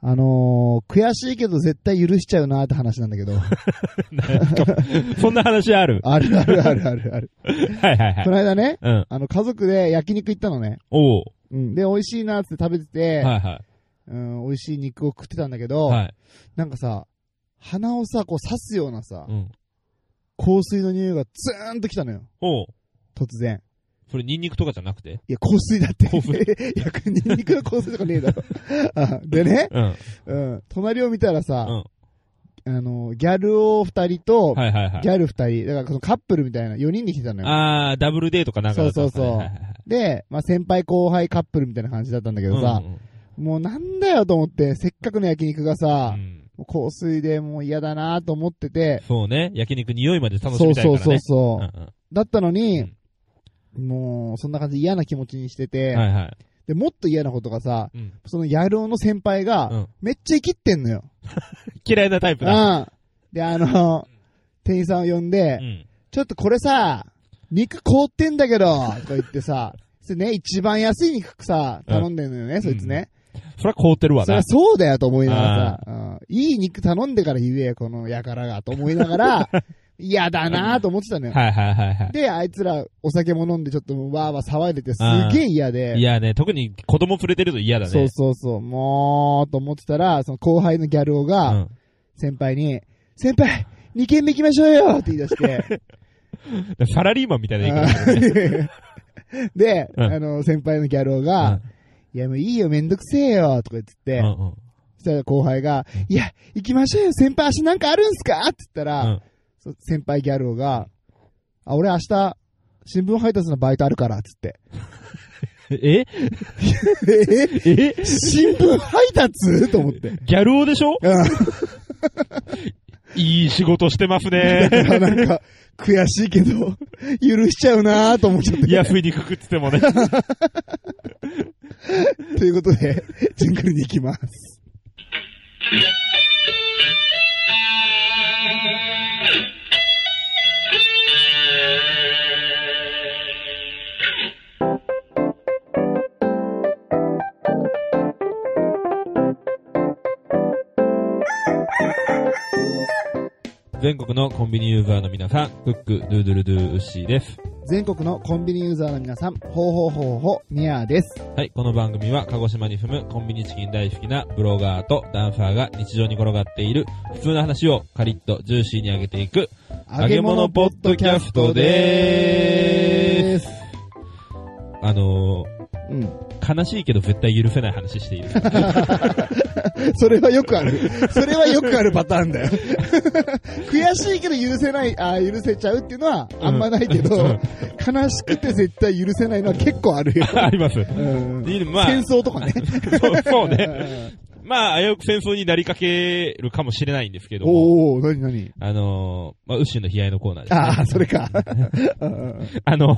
あのー悔しいけど絶対許しちゃうなって話なんだけど。 そんな話ある。あるあるあるあるある。はいはいはこい。の間ね、うん。あの、家族で焼肉行ったのね。おう。うん。で、美味しいなって食べてて、はいはうん、美味しい肉を食ってたんだけい。ど、はい。なんかさ、鼻をさ、こう刺すようなさ、うん。香水の匂いがツーンと来たのよ。おう。突然。それニンニクとかじゃなくていや、香水だって。香水 いや、ニンニクの香水とかねえ だろ。あでね、うん。うん、隣を見たらうさ、あの、ギャルを二人と、はいはいはギい。ャル二人、だからそのカップルみたいな、四人で来てたのよ。あー、ダブルデートかなんかだったんですかね。そうそうそうはいはいはいで、まあ、先輩後輩カップルみたいな感じだったんだけどさ、うんうんもうなんだよと思って、せっかくの焼肉がうさ、んもう香水でもう嫌だなと思ってて、そうね。焼肉匂いまで楽しそみうたいかそらうね。そうそう、うんうんだったのに、もう、そんな感じで嫌な気持ちにしてて、はいはい。で、もっと嫌なことがさ、うんその野郎の先輩が、うんめっちゃ生きってんのよ。嫌いなタイプうだ。ん。で、あの、店員さんを呼んで、うん。ちょっとこれさ、肉凍ってんだけど、とか言ってさ、 それね、一番安い肉さ、頼んでんのよね、そいつね。それは凍ってるわそりなゃ。そうだよと思いながらさ、うん、いい肉頼んでから言えよ、このやからが、と思いなが ら、嫌だなぁと思ってたのよ。はいはいはいはで、あいつらお酒も飲んでちょっとわーわー騒いでてすげえ嫌で。い。いやね、特に子供連れてると嫌だね。そうそうそう、もう、と思ってたら、その後輩のギャル男が、うん先輩に、先輩、2軒目行きましょうよって言い出 して。サラリーマンみたいな言い方するね。うんで、うんあの、先輩のギャル男が、いやもういいよ、めんどくせえよとか言ってうて、んうんうんそしたら後輩が、いや、行きましょうよ、先輩、足なんかあるんすかって言ったら、うんそ先輩ギャル男が、あ、俺明日、新聞配達のバイトあるから、つって。ええ え新聞配達と思 って。ギャル男でしょうん いい仕事してますだか ね。らなんか、悔しいけど、許しちゃうなーと思っちゃって。いや、不意にくくっててもね。ということで、ジングルに行きます。全国のコンビニユーザーの皆さん、クック、ヌードゥルドゥウッシーです。全国のコンビニユーザーの皆さん、ほうほうほうほう、ニアーです。はい、この番組は鹿児島に住むコンビニチキン大好きなブロガーとダンサーが日常に転がっている普通の話をカリッとジューシーに上げていく揚げ物ポッドキャストでーす。あのうん。ー、悲しいけど絶対許せない話している。 それはよくある。それはよくあるパター ンだよ。悔しいけど許せない、あー許せちゃうっていうのはあんまないけど、うん悲しくて絶対許せないのは結構あるよ。あります。うんいいねまあ戦争とかね。そうそうね。ね。まあ、危うく戦争になりかけるかもしれないんですけども、おーおー、なになにあのー、まあ、ウッシーの悲哀のコーナーです、ね。 ああ、それか。うんあの、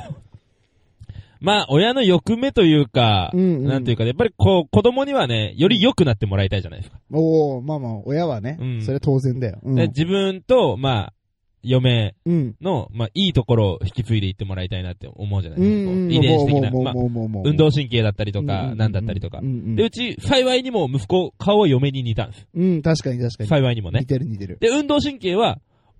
まあ、親の欲目というか、うんうんなんていうかね、やっぱりこう、子供にはね、より良くなってもらいたいじゃないですか。おおまあまあ、親はね、うんそれは当然だよ。うでん。自分と、まあ、嫁うん。の、まあ、いいところを引き継いでいってもらいたいなって思うじゃないうですんか。うこん。う遺伝子的な、もうまあ、もうもうもうもう運動神経だったりとうんうんうんうか、んなんだったりとかう。んで、うち、幸いにも息子、顔は嫁に似たんです。うん。うん、確かに確か幸いにもに。ね似。てる似てる。で、運動神経は、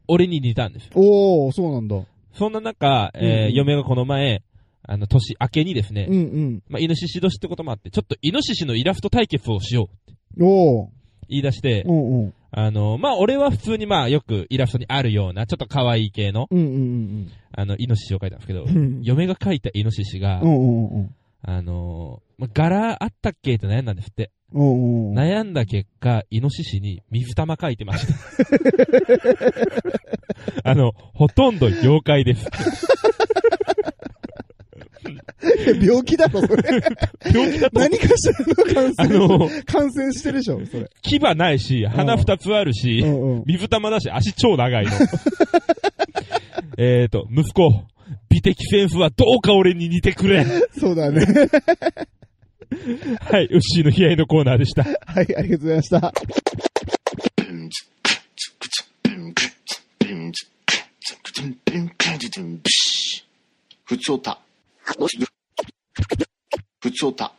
俺に似たんです。おおそうなんだ。うそんな中、うんえーうん嫁がこの前、あの、年明けにですね、んうん。まあ、イノシシ年ってこともあって、ちょっとイノシシのイラスト対決をしようっておお言い出して、うんうん。あの、まあ、俺は普通にまあ、よくイラストにあるような、ちょっと可愛い系の、うんうんあの、イノシシを描いたんですけどう、ん。嫁が描いたイノシシがう、んうんうん。あの、まあ、柄あったっけって悩んだんですって。うんうん。悩んだ結果、イノシシに水玉描いてました。あの、ほとんど妖怪です。 病気だろ、そ れ。病気だと思う何かしらのあ感染。の、感染してるでしょ、それ。牙ないし、鼻二つあるしう、んうん。水玉だし、足超長いの。 えーと、息子、美的センスはどうか俺に似てくれ。そうだね。 はい、ウッシーの悲哀のコーナーでした。はい、ありがとうございました。ふつおた。ふつおた。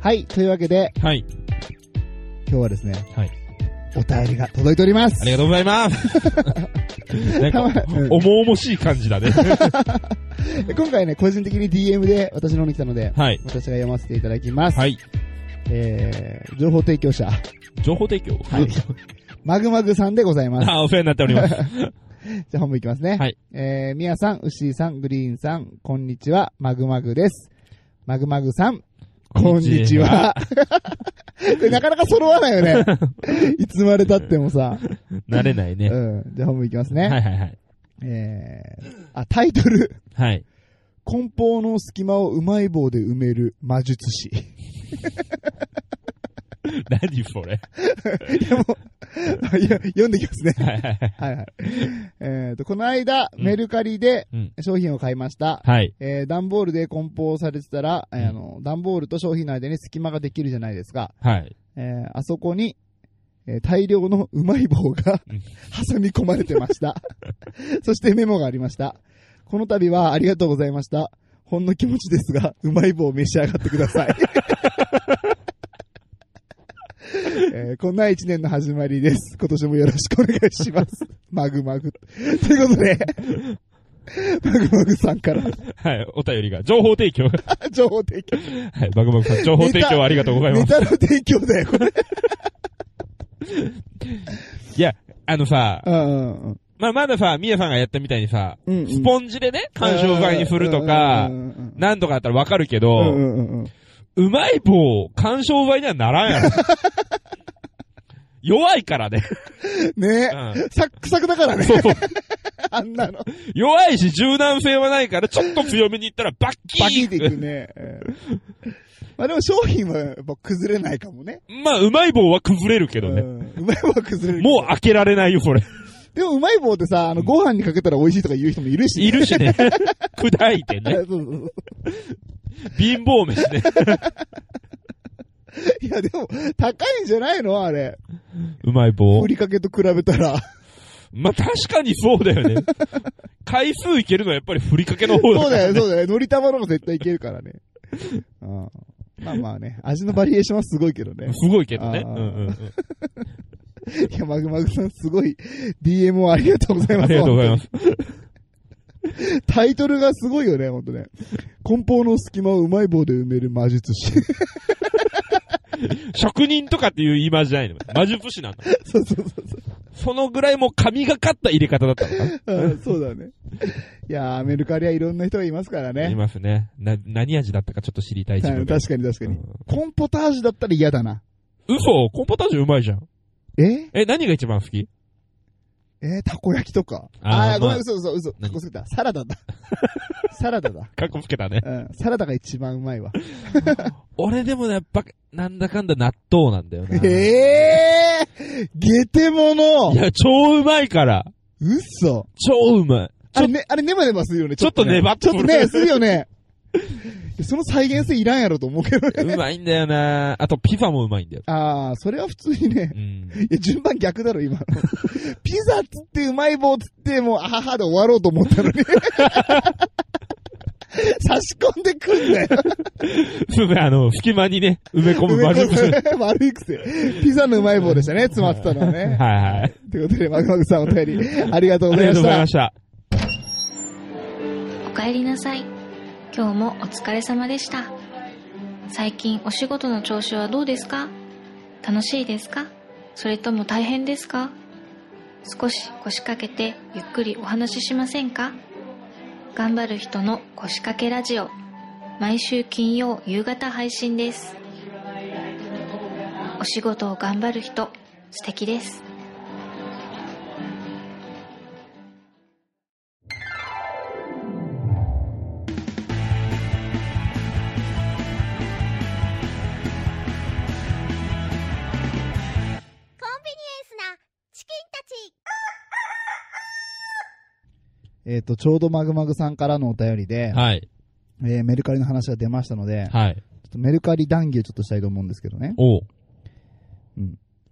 はい、というわけで、はい。今日はですね、はい。お便りが届いております。ありがとうござい ます。なんたかまうん、重々しい感じだ ね。で今回ね、個人的に DM で私の方に来たので、はい。私が読ませていただきます。はい。えー、情報提供者、情報提供はいマグマグさんでございます。 あ、お世話になっており ます。じゃあ本部いきますね。はい。えー、みやさん、うっしーさん、グリーンさん、こんにちは、マグマグです。マグマグさん、こんにちは。 これなかなか揃わないよ ね。いつまで経ってもさ。こんにちは。慣れないね。うん。じゃあ本部いきますね。はいはいはい。えー、あ、タイトル。はい。梱包の隙間をうまい棒で埋める魔術師。何それ。い やもう、いや読んでいきますね。はいはいははい。い はい。えっと、この間、うんメルカリでうん商品を買いました。はい。えー、段ボールで梱包されてたら、えーうんあの、段ボールと商品の間に隙間ができるじゃないですか。はい。えー、あそこに、えー大量のうまい棒がうん挟み込まれてました。 そしてメモがありました。この度はありがとうございました。ほんの気持ちですが、うまい棒を召し上がってください。 えーこんな一年の始まりです。今年もよろしくお願いします。マグマグ。ということで、マグマグさんからはい。お便りが。情報提供。 は情報提供。い。バグバグさん、情報提供ありがとうございまネ。すタの提供だよ、これ。いや、あのさ、うんうんうんまあ、まださ、みやさんがやったみたいにさ、うんうんスポンジでね、干渉剤に振るとかう、んうんうんなんとかだったらわかるけうど、んうんうんうんうまい棒、干渉剤にはならんやろ。 弱いか らね。ねうサックサクだからね、そうそう。あんなの。弱いし柔軟性はないから、ちょっと強めにいったらバッキーバキっていくね。うんまあでも商品はやっぱ崩れないかもね。まあ、うまい棒は崩れるけうどね。んうまい棒は崩れる。もう開けられないよ、これ。でもうまい棒ってさ、あの、ご飯にかけたら美味しいとか言う人もいるしね。いる しね。砕いてね。そうそうそう貧乏飯ね。 いやでも、高いんじゃないのあれ。うまい棒ふ。りかけと比べたら。まあ、確かにそう だよね。回数いけるのはやっぱりふりかけの方だそうからだよ、そうだよ。のり玉のも絶対いけるからね。うんまあまあね、味のバリエーションはすごいけどね。すごいけどね。あうーん うんうん。いや、マグマグさんすごい DM をありがとうございます。ありがとうございます。タイトルがすごいよね、ほんとね。梱包の隙間をうまい棒で埋める魔術師。 職人とかっていう言い回しじゃないの。魔術師なんだ。そうそうそうそうそのぐらいもう神がかった入れ方だったのかな。うん。そうだね。いやー、メルカリはいろんな人がいますからいね。ますね。な、何味だったかちょっと知りたい自た分確が。かに確かにう。んコンポタージュだったら嫌だな。嘘コンポタージュうまいじゃん。ええ、何が一番好きえーたこ焼きとか。あーあー、ごめまあん、嘘嘘嘘。か何っこつけた。サラダ だ。サラダだ。かっこつけたね。うん。サラダが一番うまいわ。俺でもね、やっぱ、なんだかんだ納豆なんだよ な。えーゲテモノいや、超うまいから。嘘超うまい。あれね、あれネバネバするよね。ちょっと粘っちてょっとね、するよね。いや その再現性いらんやろと思うけどね。うまいんだよなあと、ピザもうまいんだよ。ああ、それは普通にねう。ん。 いや、順番逆だろ、今の。ピザっつって、うまい棒っつって、もう、あははで終わろうと思った のに。差し込んでくんだよ。すぐ、あの、隙間にね、埋め込む魔悪い術師。癖。 悪い癖。ピザのうまい棒でしたね、詰まってたのはね。 はい はい。ということで、マグマグさんお便り、ありがとうあござりいまがとうしございたま。した。おかえりなさい今日もお疲れ様でした最近お仕事の調子はどうですか楽しいですかそれとも大変ですか少し腰掛けてゆっくりお話ししませんか頑張る人の腰掛けラジオ毎週金曜夕方配信ですお仕事を頑張る人素敵ですコンビニエンスなチキンたちえっと、ちょうどマグマグさんからのお便りで、はい。えーメルカリの話が出ましたので、はい。ちょっとメルカリ談義をちょっとしたいと思うんですけどね。おう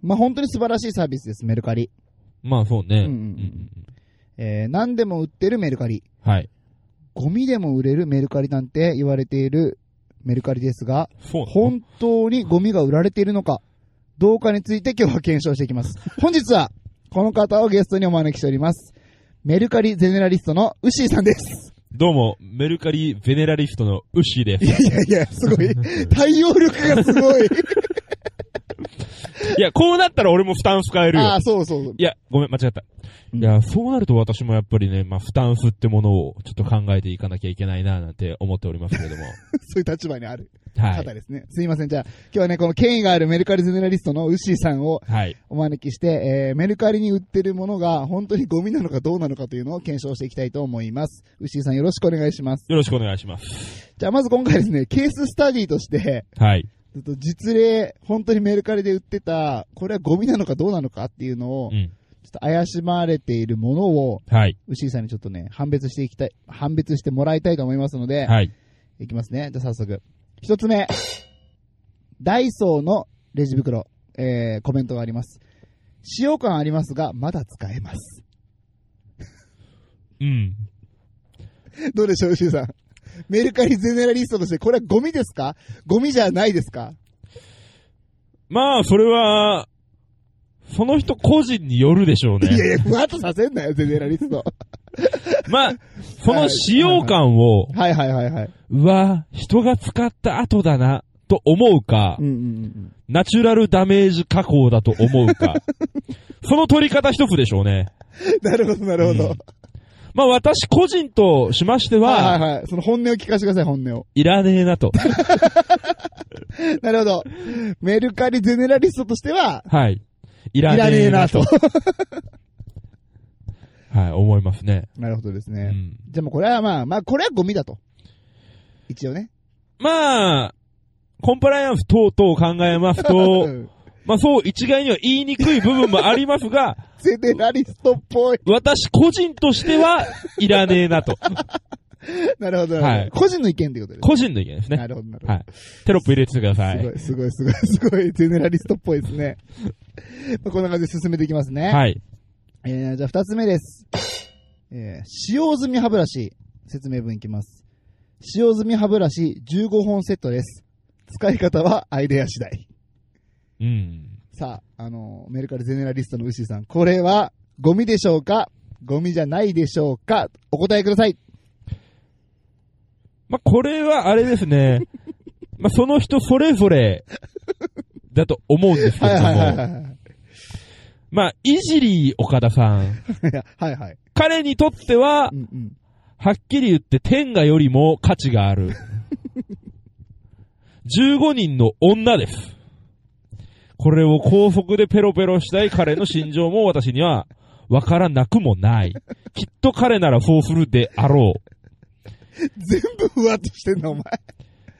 まあ、本当に素晴らしいサービスです、メルカリ。まあ、そうね。うんうんうんうんえー何でも売ってるメルカリ。はい。ゴミでも売れるメルカリなんて言われているメルカリですが、そうなの本当にゴミが売られているのか、どうかについて今日は検証していきます。本日は、この方をゲストにお招きしております。メルカリゼネラリストのウッシーさんです。どうも、メルカリベネラリストのウッシーですい。やいやいや、すごい。対応力がすごい。 いや、こうなったら俺も負担深えるよ。ああ、そうそうそう。いや、ごめん、間違った。いや、そうなると私もやっぱりね、まあ、負担負ってものをちょっと考えていかなきゃいけないな、なんて思っておりますけ れども。そういう立場にあるは方い。ですね。すいません。じゃあ、今日はね、この権威があるメルカリゼネラリストのウッシーさんをはい。お招きして、えーメルカリに売ってるものが本当にゴミなのかどうなのかというのを検証していきたいと思います。牛井さんよろしくお願いします。よろしくお願いします。じゃあまず今回ですね、ケーススタディとして、はい。ちょっと実例、本当にメルカリで売ってた、これはゴミなのかどうなのかっていうのを、うちょん。っと怪しまれているものを、はい。牛井さんにちょっとね、判別していきたい、判別してもらいたいと思いますので、はい。い、きますね。じゃあ早速。一つ目。ダイソーのレジ袋、えー、コメントがあります。使用感ありますが、まだ使えます。 うん。どうでしょう、牛さん。メルカリゼネラリストとして、これはゴミですかゴミじゃないですかまあ、それは、その人個人によるでしょういやいね。や、ふわっとさせんなよ、ゼネラリスト。まあ、その使用感を、 はいはいはいはい。うわ、人が使った後だな、と思うかうん、うんうんナチュラルダメージ加工だと思う か、その取り方一つでしょうね。うん。なるほど、なるほうどん。まあ私個人としましてはいは、はいはい。その本音を聞かせてください、本音を。いらねえ なと。なるほど。メルカリゼネラリストとしては、はい。いいららねねええななと。と。はい、思いますね。 なるほどですうね。ん、じゃあもうこれはまあ、まあこれはゴミだと。一応ね。まあ、コンプライアンス等々を考えますう と、んまあそう一概には言いにくい部分もありま すが、ゼネラリストっぽい。 私個人としては、いらねえなと。なるほど、なるほどはい個人の意見ってことですね。個人の意見ですね。なるほど、なるほど。はい。テロップ入れててください。すごい、すごい、 すごい、すごい、ゼネラリストっぽいですね。 まあこんな感じで進めていきますね。はい。えー、じゃあ二つ目です。えー、使用済み歯ブラシ、説明文いきます。使用済み歯ブラシ15本セットです。使い方はアイデア次第。うん。さあ、あのーメルカリゼネラリストの牛さん、これはゴミでしょうかゴミじゃないでしょうかお答えください。まあ、これはあれで すね。まあ、その人それぞれだと思うんですけはいれどはいはいはも。まあ、いじり岡田さい。ん。はいはい。彼にとってはう、んうん。はっきり言って天下よりも価値がある。15人の女です。これを高速でペロペロしたい彼の心情も私にはわからなくもない。きっと彼ならそうするであろう。全部ふわっとしてんの、お前。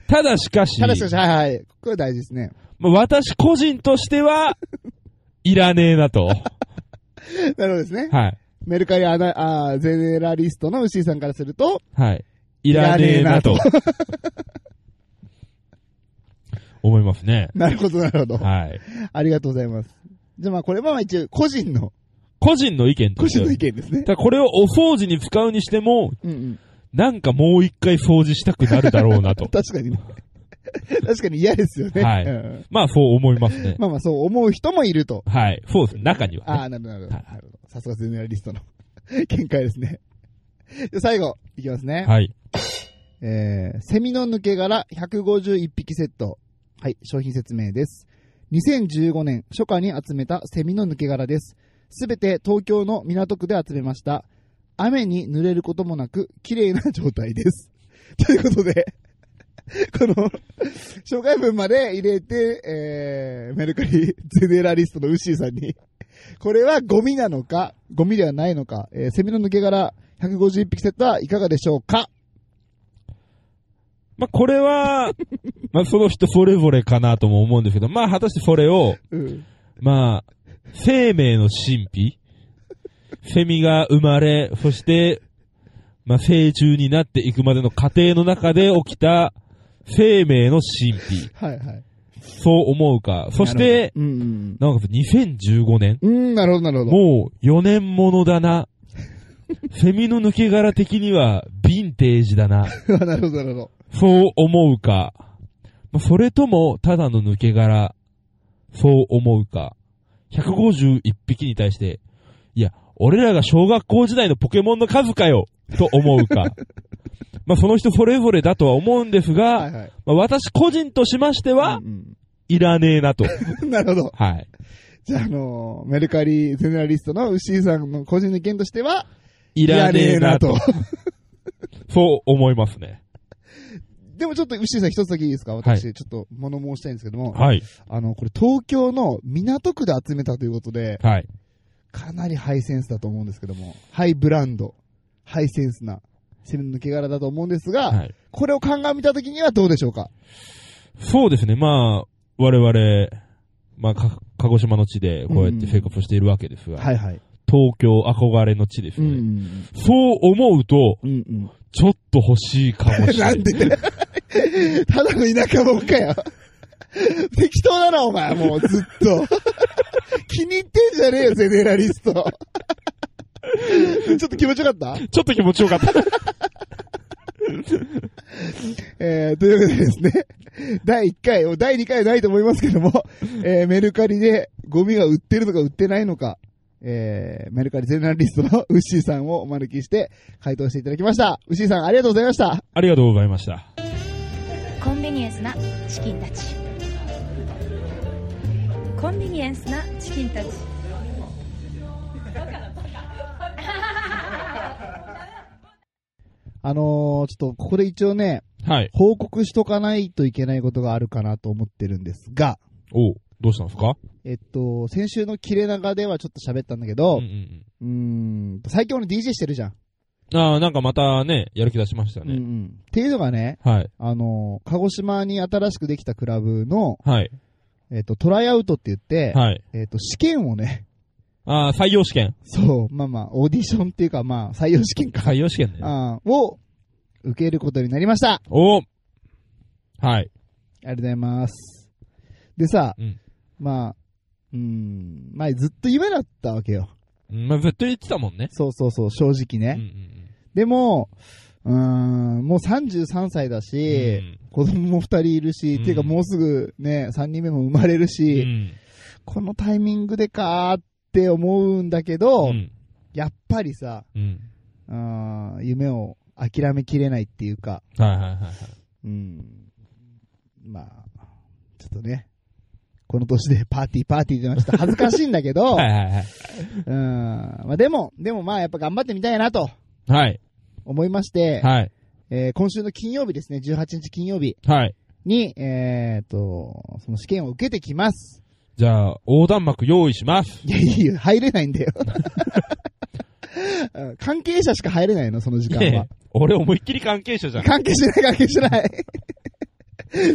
ただしかし、ただしかし、はいはい。これ大事ですね。まあ私個人とし ては、いらねえなと。なるほどですね。はい。メルカリアナ、あーゼネラリストの牛井さんからすると、はい。いらねえなとい。思いますね。なるほど、なるほど。はい。ありがとうございます。じゃあまあこれはまあ一応個人の、個人の意見個として人はの意見ですね。ただこれをお掃除に使うにしても、うんうん。なんかもう一回掃除したくなるだろうな と。確かにね。確かに嫌ですよね。はいうんまあそう思いますね。まあまあそう思う人もいると。はい。そうです。中にはね、ああ、なるほど、なるほはど。なるほどさすがゼネラリストの 見解ですね。じゃあ最後、いきますね。はい。えー、セミの抜け殻151匹セット。はい、商品説明です。2015年初夏に集めたセミの抜け殻です。すべて東京の港区で集めました。雨に濡れることもなく、綺麗な状態です。 ということで、 この、紹介文まで入れて、えー、メルカリゼネラリストのウッシーさんに、これはゴミなのか、ゴミではないのか、えー、セミの抜け殻151匹セットはいかがでしょうかまあこれ は、まあその人それぞれかなとも思うんですけど、まあ果たしてそれを、うん。まあ、生命の神秘セミが生まれ、そして、まあ、成虫になっていくまでの過程の中で起きた生命の神秘。はいはい。そう思うか。そして、うんなんか2015年うん。うん、なるほど、なるほど。もう4年ものだな。セミの抜け殻的にはヴィンテージだな。 なるほど、なるほど。そう思うか。まあそれとも、ただの抜け殻、そう思うか。151匹に対して、いや、俺らが小学校時代のポケモンの数かよと思う か。まあ、その人それぞれだとは思うんですが、はいはい。まあ、私個人としましては、うんいらねえなと。うんなるほど。はい。じゃあ、あのーメルカリゼネラリストの牛井さんの個人の意見としては、 いらねえなと。いらねえなと。 そう思いますね。でもちょっと牛井さん一つだけいいですか私、ちょっと物申したいんですけども、はい。あの、これ東京の港区で集めたということで、はい。かなりハイセンスだと思うんですけども、ハイブランド、ハイセンスな、セレンの毛柄だと思うんですが、はい。これを鑑みたときにはどうでしょうかそうですね。まあ、我々、まあ、か鹿児島の地でこうやって生活をしているわけですが、いはい。東京憧れの地ですうね。ん。そう思うと、うんうん。ちょっと欲しいかもしれな。ない んでただの田舎もんかよ。適当だな、お前、もうずっと。気に入ってんじゃねえよ、ゼネラリスト。ちょっと気持ちよかったちょっと気持ちよかった。えー、というわけでですね、第1回、第2回はないと思いますけども、えー、メルカリでゴミが売ってるのか売ってないのか、えー、メルカリゼネラリストのウッシーさんをお招きして回答していただきました。ウッシーさんありがとうございました。 ありがとうございました。コンビニエンスなチキンたちコンビニエンスなチキンたちあのー、ちょっとここで一応ね、はい。報告しとかないといけないことがあるかなと思ってるんですが、おうどうしたんですかえっと、先週の切れ長ではちょっと喋ったんだけうんどう、んうーん、最近俺 DJ してるじゃん。うん。ああ、なんかまたね、やる気出しましたうんうね。ん。っていうのがね、はい。あのー、鹿児島に新しくできたクラブの、はい。えっ、と、トライアウトって言って、はい。えっ、と、試験をね、 ああ、採用試験。そう、まあまあ、オーディションっていうか、まあ、採用試験か、採用試験ね。あーを受けることになりました。あおうはい。りがとうございます。でさ、うんまあ、うーん、まあ、ずっと夢だったわけよ。うんまあ、ずっと言ってたもんね。そうそうそう、正直うんうね。んでも、うーん、もう33歳だうん。し、子供も2人いるし、うんっていうかもうすぐね、3人目も生まれるうんし、うんこのタイミングでかーって思うんだけど、うんやっぱりさ、うん。あー夢を諦めきれないっていうか、はいはいはいはい。うん、まあ、ちょっとね、この年でパーティーパーティーじゃなくて恥ずかしいんだけど、 はいはいはい。うん、まあでも、でもまあやっぱ頑張ってみたいなとはい。思いまして、はい。えー今週の金曜日ですね、18日金曜日はい。に、えーっと、その試験を受けてきます。じゃあ、横断幕用意します。いや、いいよ、入れないんだよ。 うん関係者しか入れないの、その時間いやいはや。 俺思いっきり関係者じゃん。 関係しない、関係しない。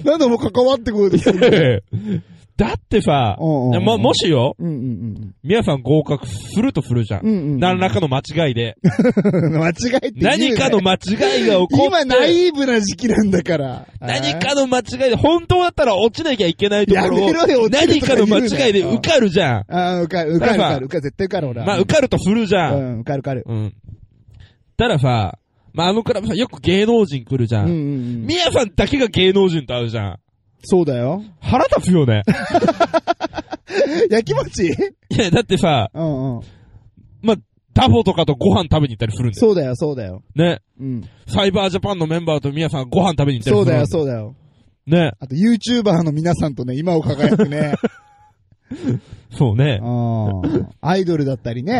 なんでもう関わってこようとするのだってさ、うんうんうんも、もしよ、うんうん皆さん合格するとするじゃ。うん。うんんうん。何らかの間違 いで。間違えって言うな何かの間違いが起こって。今ナイーブな時期なんだから。何かの間違いで、本当だったら落ちなきゃいけないところやめろよを、落ちる何とかか言のうな間違いで受かるじゃん。ああ、受かる、受かる、受だからかる、受かる、絶対受かる、俺は。まあ、受かるとするじゃん。うん、受かる、受かる。うん。たださ、まあ、あのクラブさ、よく芸能人来るじゃうんうんん。うん。みやさんだけが芸能人と会うじゃん。そうだよ。腹立つ よね。焼き餅いや、だってさ、うんうん。まあ、ダボとかとご飯食べに行ったりするんだよ。そうだよ、そうだよ。ね。うん。サイバージャパンのメンバーとみやさんがご飯食べに行ったりそうだするんよ、よ。そうだよ。ね。あと、YouTuber の皆さんとね、今を輝く ね。そうね。うんアイドルだったりうね。ん。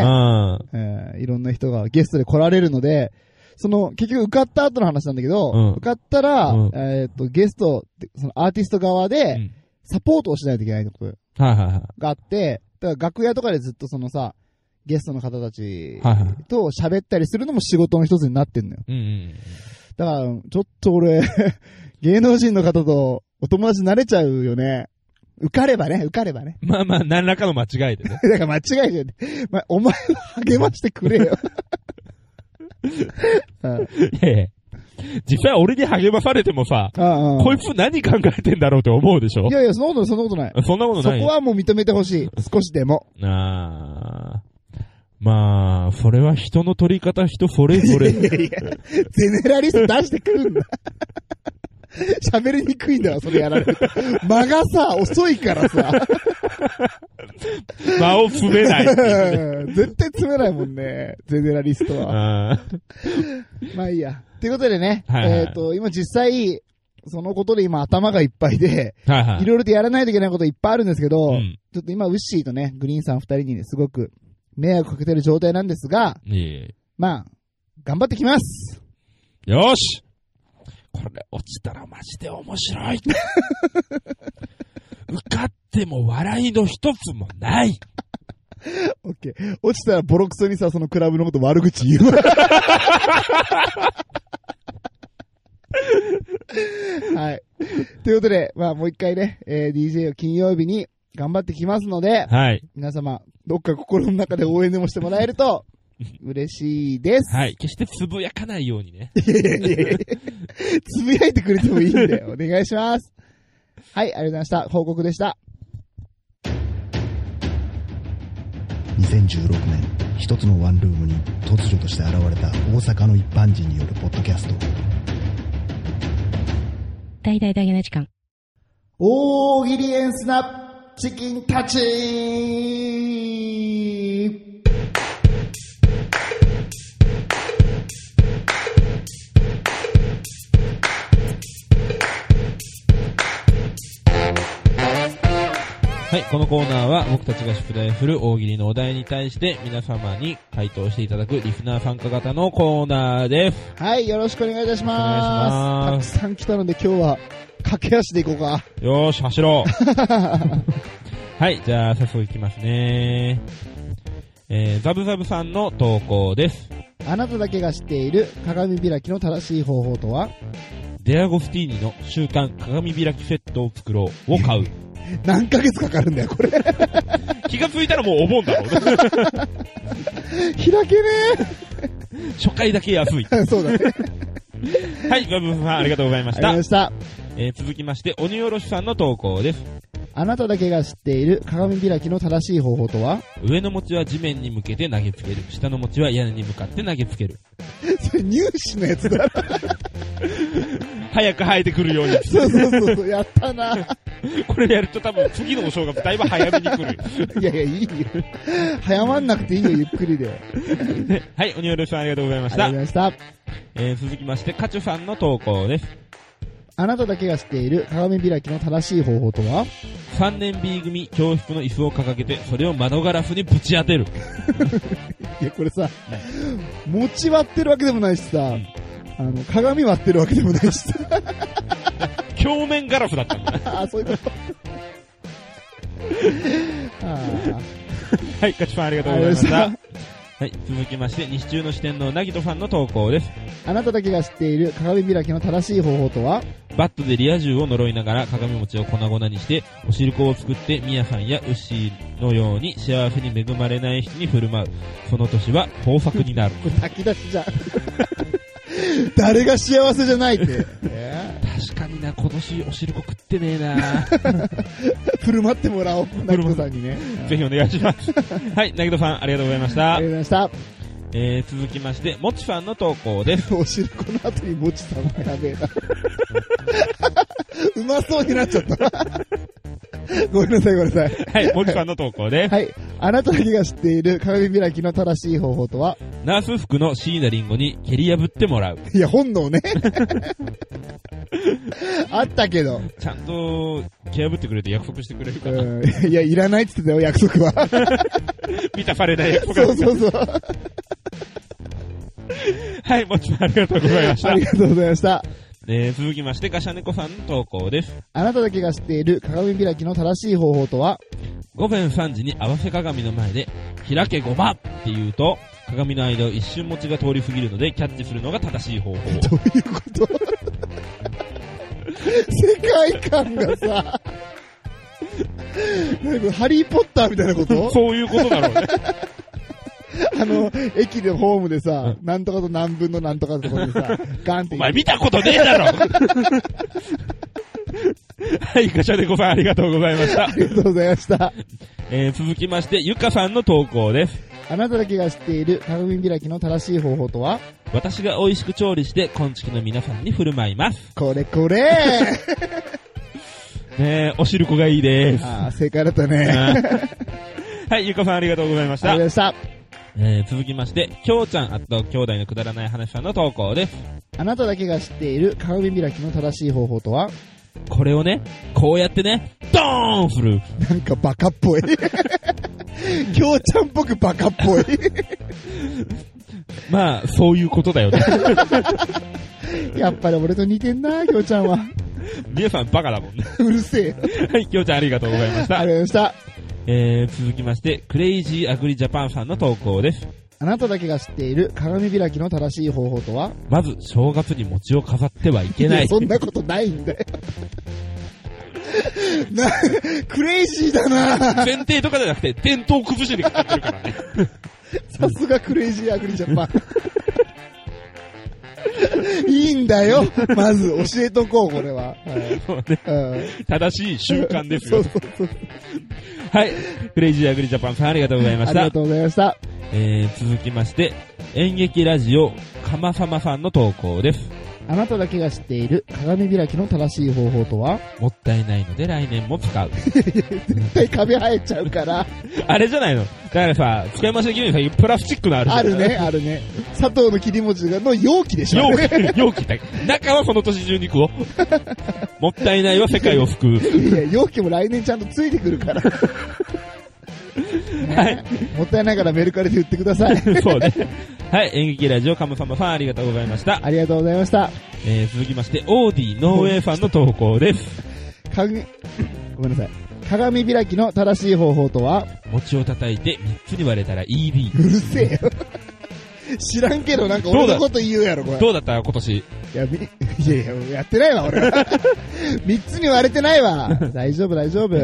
えーいろんな人がゲストで来られるので、その、結局受かった後の話なんだけど、うん受かったら、うんえーっと、ゲストって、そのアーティスト側で、うんサポートをしないといけないことはいはいはい。があって、だから楽屋とかでずっとそのさ、ゲストの方たちはいはいと喋ったりするのも仕事の一つになってんのよ。うんうん。だから、ちょっと俺、 芸能人の方とお友達になれちゃうよね。受かればね、受かればね。 まあまあ、何らかの間違いでね。だから間違いじゃねえ。ま、お前は励ましてくれよ。 うんいやいや実際俺に励まされてもさ、ああこいつ何考えてんだろうって思うでしょいやいや、そんなことない、そんなことない。そんなことそないこはもう認めてほしい。少しでも。あーまあ、それは人の取り方人それぞれ。ゼネラリスト出してくるんだ。 喋りにくいんだわ、それやられると。間がさ、遅いからさ。間を踏めないって いううね。ん絶対詰めないもんね。ゼネラリストは。あまあいいや。ということでね、はいはいえっ、と、今実際、そのことで今頭がいっぱいで、ーはいはい。いろいろとやらないといけないこといっぱいあるんですけど、うんちょっと今、ウッシーとね、グリーンさん二人にね、すごく迷惑かけてる状態なんですが、いえいえまあ、頑張ってきますよしこれ落ちたらマジで面白い 受かっても笑いの一つもないオッケー。落ちたらボロクソにさ、そのクラブのこと悪口言うわ。はい。ということで、まあもう一回ね、えー DJ を金曜日に頑張ってきますので、はい。皆様、どっか心の中で応援でもしてもらえる と、嬉しいです。はい。決してつぶやかないようにね。いやいやいやいや つぶやいてくれてもいいんで、お願いします。はい、ありがとうございました。報告でした。 2016年一つのワンルームに突如として現れた大阪の一般人によるポッドキャスト大々大げな時間。大喜利エンスナチキンたちはい。このコーナーは僕たちが宿題振る大喜利のお題に対して皆様に回答していただくリスナー参加型のコーナーです。はい、よろしくお願いいたします。お願いたくさん来たので今日は駆け足でいこうか。よーし、走 ろう。はい。じゃあ、早速いきますね。えー、ザブザブさんの投稿です。あなただけが知っている鏡開きの正しい方法とはデアゴスティーニの週刊鏡開きセットを作ろうを 買う。何ヶ月かかるんだよ、これ。 気がついたらもうお盆だろう。開けね初回だけ安い。え そうだね。はい、バブさんありがとうございまありがとうございま。したした。えー続きまして、鬼おろしさんの投稿です。あなただけが知っている鏡開きの正しい方法とは上の餅は地面に向けて投げつける。下の餅は屋根に向かって投げつける。 それ入試のやつだ。早く生えてくるように。 そうそうそうそう、やったな。これやると多分次のお正月だいぶ早めに来る。いやいや、いいよ。早まんなくていいよ、ゆっくりで。 はい、鬼おろしさんありがとうございまあしりがとうござ。たいました。えー続きまして、カチュさんの投稿です。あなただけが知っている鏡開きの正しい方法とは3年 B 組教室の椅子を掲げて、それを窓ガラスにぶち 当てる。いや、これさ、持ち割ってるわけでもないしさ、あの、鏡割ってるわけでもないし さ。鏡面ガラスだったんだ。あーそういうこと。 あーはい、カチュさんありがとうございました。はい、続きまして、西中の支店のなぎとさんの投稿です。あなただけが知っている鏡開きの正しい方法とはバットでリア充を呪いながら鏡餅を粉々にして、お汁粉を作って、ミヤさんやウッシーのように幸せに恵まれない人に振る舞う。その年は豊作になる。これ炊き出しじゃん。誰が幸せじゃないって。え 確かにな、今年お汁粉食ってねえなー振る舞ってもらおう。なぎこさんにね。 ぜひお願いします。 はい、なぎとさん、ありがとうございましたあり。がとうございましえー、続きまして、もちさんの投稿です。た。おしるこの後にもちさんがやべえな。うまそうになっちゃった。ごめんなさい、ごめんなさい。はい、もちさんの投稿です。はい。あなただけが知っている鏡開きの正しい方法とはナース服の椎名林檎に蹴り破ってもらう。いや、本能ね。あったけど。ちゃんと、蹴破ってくれて約束してくれるかうら、ん。いや、いらないって言ってたよ、約束は。満たされない約束そうそうそう。はい、もちさんありがとうございましあたり。がとうございました。えー、続きまして、ガシャネコさんの投稿です。あなただけが知っている鏡開きの正しい方法とは午前3時に合わせ鏡の前で、開けごまって言うと、鏡の間を一瞬餅が通り過ぎるので、キャッチするのが正し い方法。どういうこと世界観がさ、なんかハリー・ポッターみたいなことそういうことだろ うね。あの、駅でホームでさ、なんとかと何分のなんとかってことでさ、ガンってお前見たことねえだろはい、ガシャネコさんありがとうございましたあ。りがとうございました。えー、続きまして、ゆかさんの投稿です。あなただけが知っている鏡開きの正しい方法とは私が美味しく調理して、昆虫の皆さんに振る舞います。これこれねえ、お汁粉がい いです。ああ、正解だったね。はい、ゆかさんありがとうございましあたりがとうござい。ました。えー続きまして、きょうちゃん、あと兄弟のくだらない話さんの投稿です。あなただけが知っている鏡開きの正しい方法とはこれをね、こうやってね、ドーンする。なんかバカっぽ い。きょうちゃんっぽくバカっぽい。まあ、そういうことだよね。 やっぱり俺と似てんな、きょうちゃんは。皆さんバカだもんね。 うるせえ。はい、きょうちゃんありがとうございましあた。りがとうございました。えー、続きまして、クレイジーアグリジャパンさんの投稿です。あなただけが知っている鏡開きの正しい方法とはまず、正月に餅を飾ってはいけないや。そんなことないん だよ。な、クレイジーだな前提とかじゃなくて、伝統崩しにかかってるか らね。さすがクレイジーアグリジ ャパン。いいんだよ。まず教えとこう、これは。はいそうねうん正しい習慣ですよそ。うそうそうはい、クレイジーアグリジャパンさんありがとうございまあしりたが。とうございました。えー、続きまして、演劇ラジオ、かまさまさんの投稿です。あなただけが知っている鏡開きの正しい方法とはもったいないので来年も使う。絶対 壁生えちゃう から。 あれじゃないのだからさ、使い回しできるのにさ、プラスチックのあるじゃんある。ね、あるね。佐藤の切り餅がの容器でしょ。容器、容器だけ。中はその年中に 食おう。もったいないは世界を救う。いや、容器も来年ちゃんとついてくる から。はい。もったいないからメルカリで売ってください。そうね。はい、演劇ラジオ、かまさまさんありがとうございました。 ありがとうございました。えー、続きまして、オーディノーウェイさんの投稿です。鏡、ごめんなさい。鏡開きの正しい方法とは餅を叩いて3つに割れたら EB う。るせえよ。知らんけど、なんか俺のこと言うやろ、これ。どうだった今年。いや、み、 いやいや、やってないわ、俺 は。三つに割れてない わ。大丈夫、大丈夫。は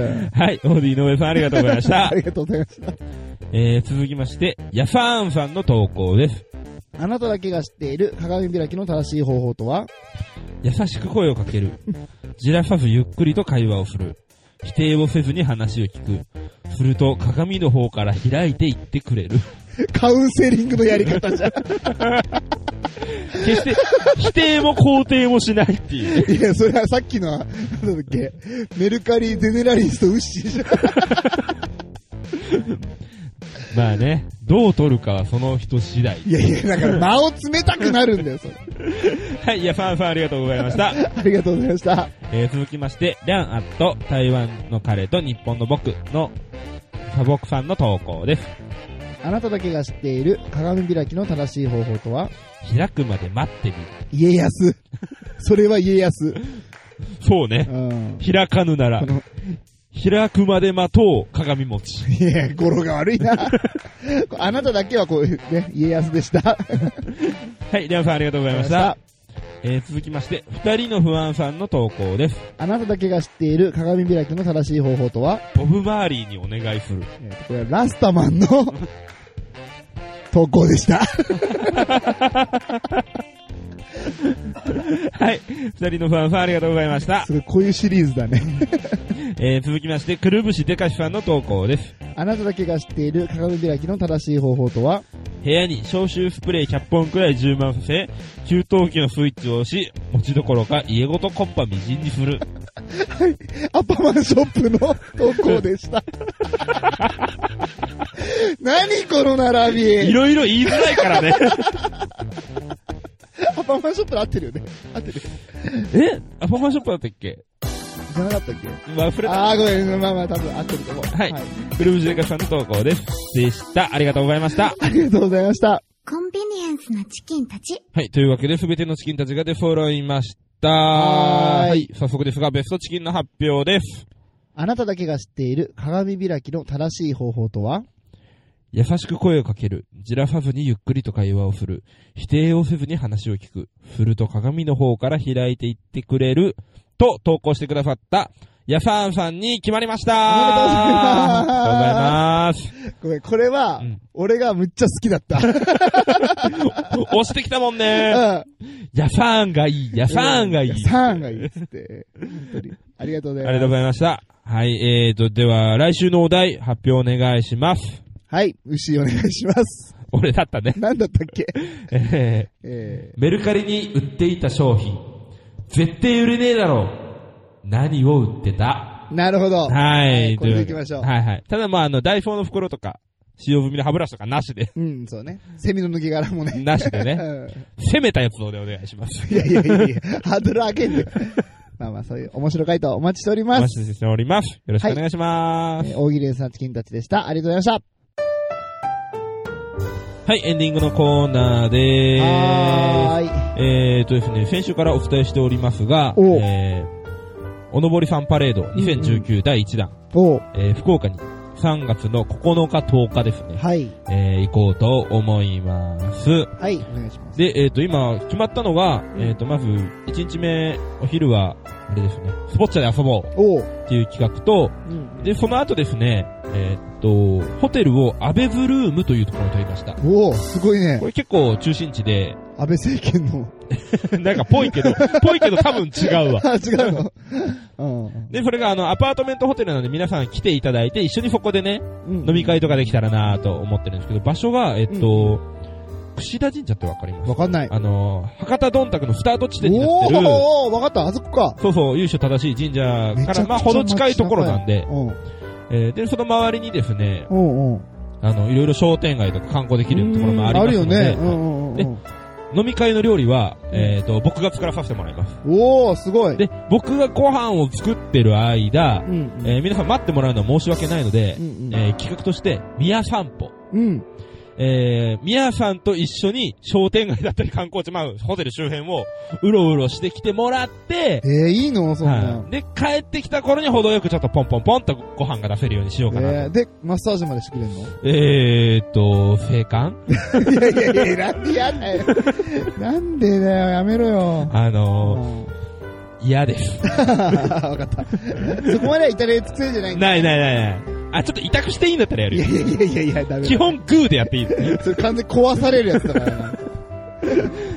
い、オーディノーウェイさんありがとうございま したあ。りがとうございました。えー、続きまして、ヤファーンさんの投稿です。あなただけが知っている鏡開きの正しい方法とは優しく声をかける。じらさずゆっくりと会話をする。否定をせずに話を聞く。すると、鏡の方から開いていってくれる。カウンセリングのやり方じゃん。決 して、否定も肯定もしないっていう。いや、それはさっきのは、なんだっけ、メルカリ、ゼネラリスト、ウッシーじゃん。まあね、どう取るかはその人次第。いやいや、だから間を冷たくなるんだよ、それ。はい、いや、ファンファンありがとうございました。ありがとうございました。えー、続きまして、リャンアット台湾の彼と日本の僕の、サボクさんの投稿です。あなただけが知っている鏡開きの正しい方法とは開くまで待ってみる。家康。それは家康。そうねう。ん。開かぬならこ、の、開くまで待とう、鏡餅。いや、語呂が悪いな。こ あなただけはこういう、ね、家康で した。ありがとうはい、りゃんさんありがとうごございました。。えー、続きまして、二人の不安さんの投稿です。あなただけが知っている鏡開きの正しい方法とはボブ・マーリーにお願いする。えーとこれはラスタマ ンの投稿で した。はい、二人の不安さんありがとうございました。すごい、こういうシリーズだね。えー、続きまして、くるぶしでかしさんの投稿です。 あなただけが知っている鏡開きの正しい方法とは部屋に消臭スプレー100本くらい充満させ、給湯器のスイッチを押し、持ちどころか家ごとコッパみじんにする。アッパーマンショップの投稿で した。何この並いび。ろいろ言いづらいから ね。アッパーマンショップで合ってるよね。合ってる。えアパマンショップだったっけじゃなかったっけ忘れた。あーごめん、まあまあ多分合ってると思う。はいくるぶしでかしさんの投稿です。でした。ありがとうございました。ありがとうございました。コンビニエンスなチキンたち。はい、というわけで、すべてのチキンたちが出揃いました。はーい早速ですが、ベストチキンの発表です。あなただけが知っている鏡開きの正しい方法とは優しく声をかける。じらさずにゆっくりと会話をする。否定をせずに話を聞く。すると鏡の方から開いていってくれる。と投稿してくださった、やさんさんに決まりましたおめでとうございあ りがとうございますごめん、これはうん、俺がむっちゃ好きだった。 うん。押してきたもんねやさんがいい、やさんがいい。サンがいいっつって。本当に。ありがとうごあざいます。りがとうございました。はい、えーと、では、来週のお題、発表お願いします。 はい、牛お願いします。 俺だったね。なんだったっけええーメルカリに売っていた商品。絶対売れねえだろう。何を売ってたー、なるほど。はい。これでいときうわましょうけではいはい。ただまあ、あの、大4の袋とか、使用済みの歯ブラシとかなし で、うん、そうね。セミの抜け殻もね。なしでう ね、ん攻めたやつをでお願いします。いやいやいやいや、ハードル上げんで。まあまあ、そういう面白い回答お待ちしておりおま待す。ちしております。よろしくお願いします。えー大喜利エンスなチキンたちでした。ありがとうございましはい、エンディングのコーナーでた。ーす。はえーとですね、先週からお伝えしておりますが、おうえー、おのぼりさんパレード2019第1弾、ーい。おうえー福岡に3月の9日10日ですね、はい。えー行こうと思います。はい、お願いします。で、えっ、と、今、決まったのが、えっ、と、まず、1日目、お昼は、あれですね、スポッチャで遊ぼうおう。っていう企画と、うん。で、その後ですね、えっ、と、ホテルをアベブルームというところに取りました。おう、すごいねこ。れ結構中心地で、 安倍政権の。 なんかぽいけど、ぽいけど多分違うわ。あ、違うの。うん。で、それがあの、アパートメントホテルなんで皆さん来ていただいて、一緒にそこでね、うん飲み会とかできたらなぁと思ってるんですけど、場所が、えっ、と、串田神社ってわかりますわかんない。あの、博多どんたくのスタート地点になってる、おおわかった、あそこか。そうそう、由緒正しい神社めちかゃくちら、ゃまあ、ほど近いところなんで、うん。えーで、その周りにですね、うんうん。あの、いろいろ商店街とか観光できるところもありあまるすよので、ね。うんうんうんうでん。飲み会の料理は、えっ、と、僕が作らさせてもらいます。おおすごい。で、僕がご飯を作ってる間う、ん。えー皆さん待ってもらうのは申し訳ないのでう、んえー企画として、宮散歩。うん。うん。えー、宮さんと一緒に商店街だったり観光地、まあ、ホテル周辺をうろうろしてきてもらって、えー、いいのそんなはい。で、帰ってきた頃に程よくちょっとポンポンポンとご飯が出せるようにしようかなと。えー、で、マッサージまでしてくれん のえーっと、生還いやいやいや、なんでやんない なんでだよ、やめろよ。あうん のー、嫌です。わかった。そこまでは至れり尽くせんじゃないんだ。ないないないない。あ、ちょっと委託 していいんだったらやるいやよ。いやいやいやいや、ダメだ。基本グーでやっていいですね。それ完全に壊されるやつだからな。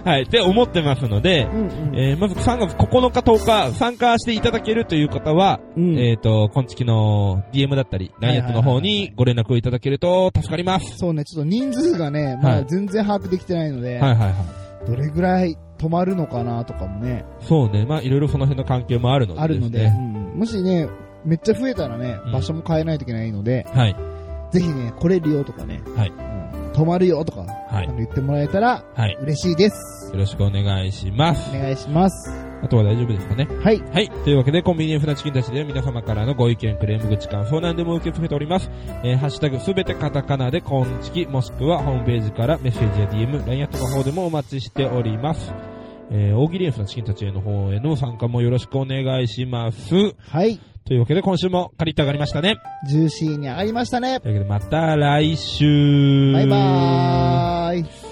はい。って思ってますので、うんうんえー、まず3月9日10日参加していただけるという方は、うんえーっと、今月の DM だったり、ラインアットの方にご連絡をいただけると助かります。そうね、ちょっと人数がね、まはだい全然把握できてないので、はいはいはい。どれぐらい泊まるのかなとかもね、そうね。まあ、いろいろその辺の関係もあるので。あるので、ね。うんもしね、めっちゃ増えたらねうん、場所も変えないといけないので、はい。ぜひね、来れるよとかね、はいうん泊まるよとか、はあのい。言ってもらえたらはい。嬉しいです。よろしくお願いします。お願いします。あとは大丈夫ですかね。はい。はい。というわけで、コンビニエンスなチキンたちでは皆様からのご意見、クレーム、口感、相談でも受け付けております。えー、ハッシュタグすべてカタカナで、コンチキ、もしくはホームページからメッセージや DM、LINE アットの方でもお待ちしております。えー、大喜利エンスなチキンたちへの方への参加もよろしくお願いします。はい。というわけで、今週もカリッと上がりましたね。ジューシーに上がりましたね。というわけで、また来週。バイバーイ。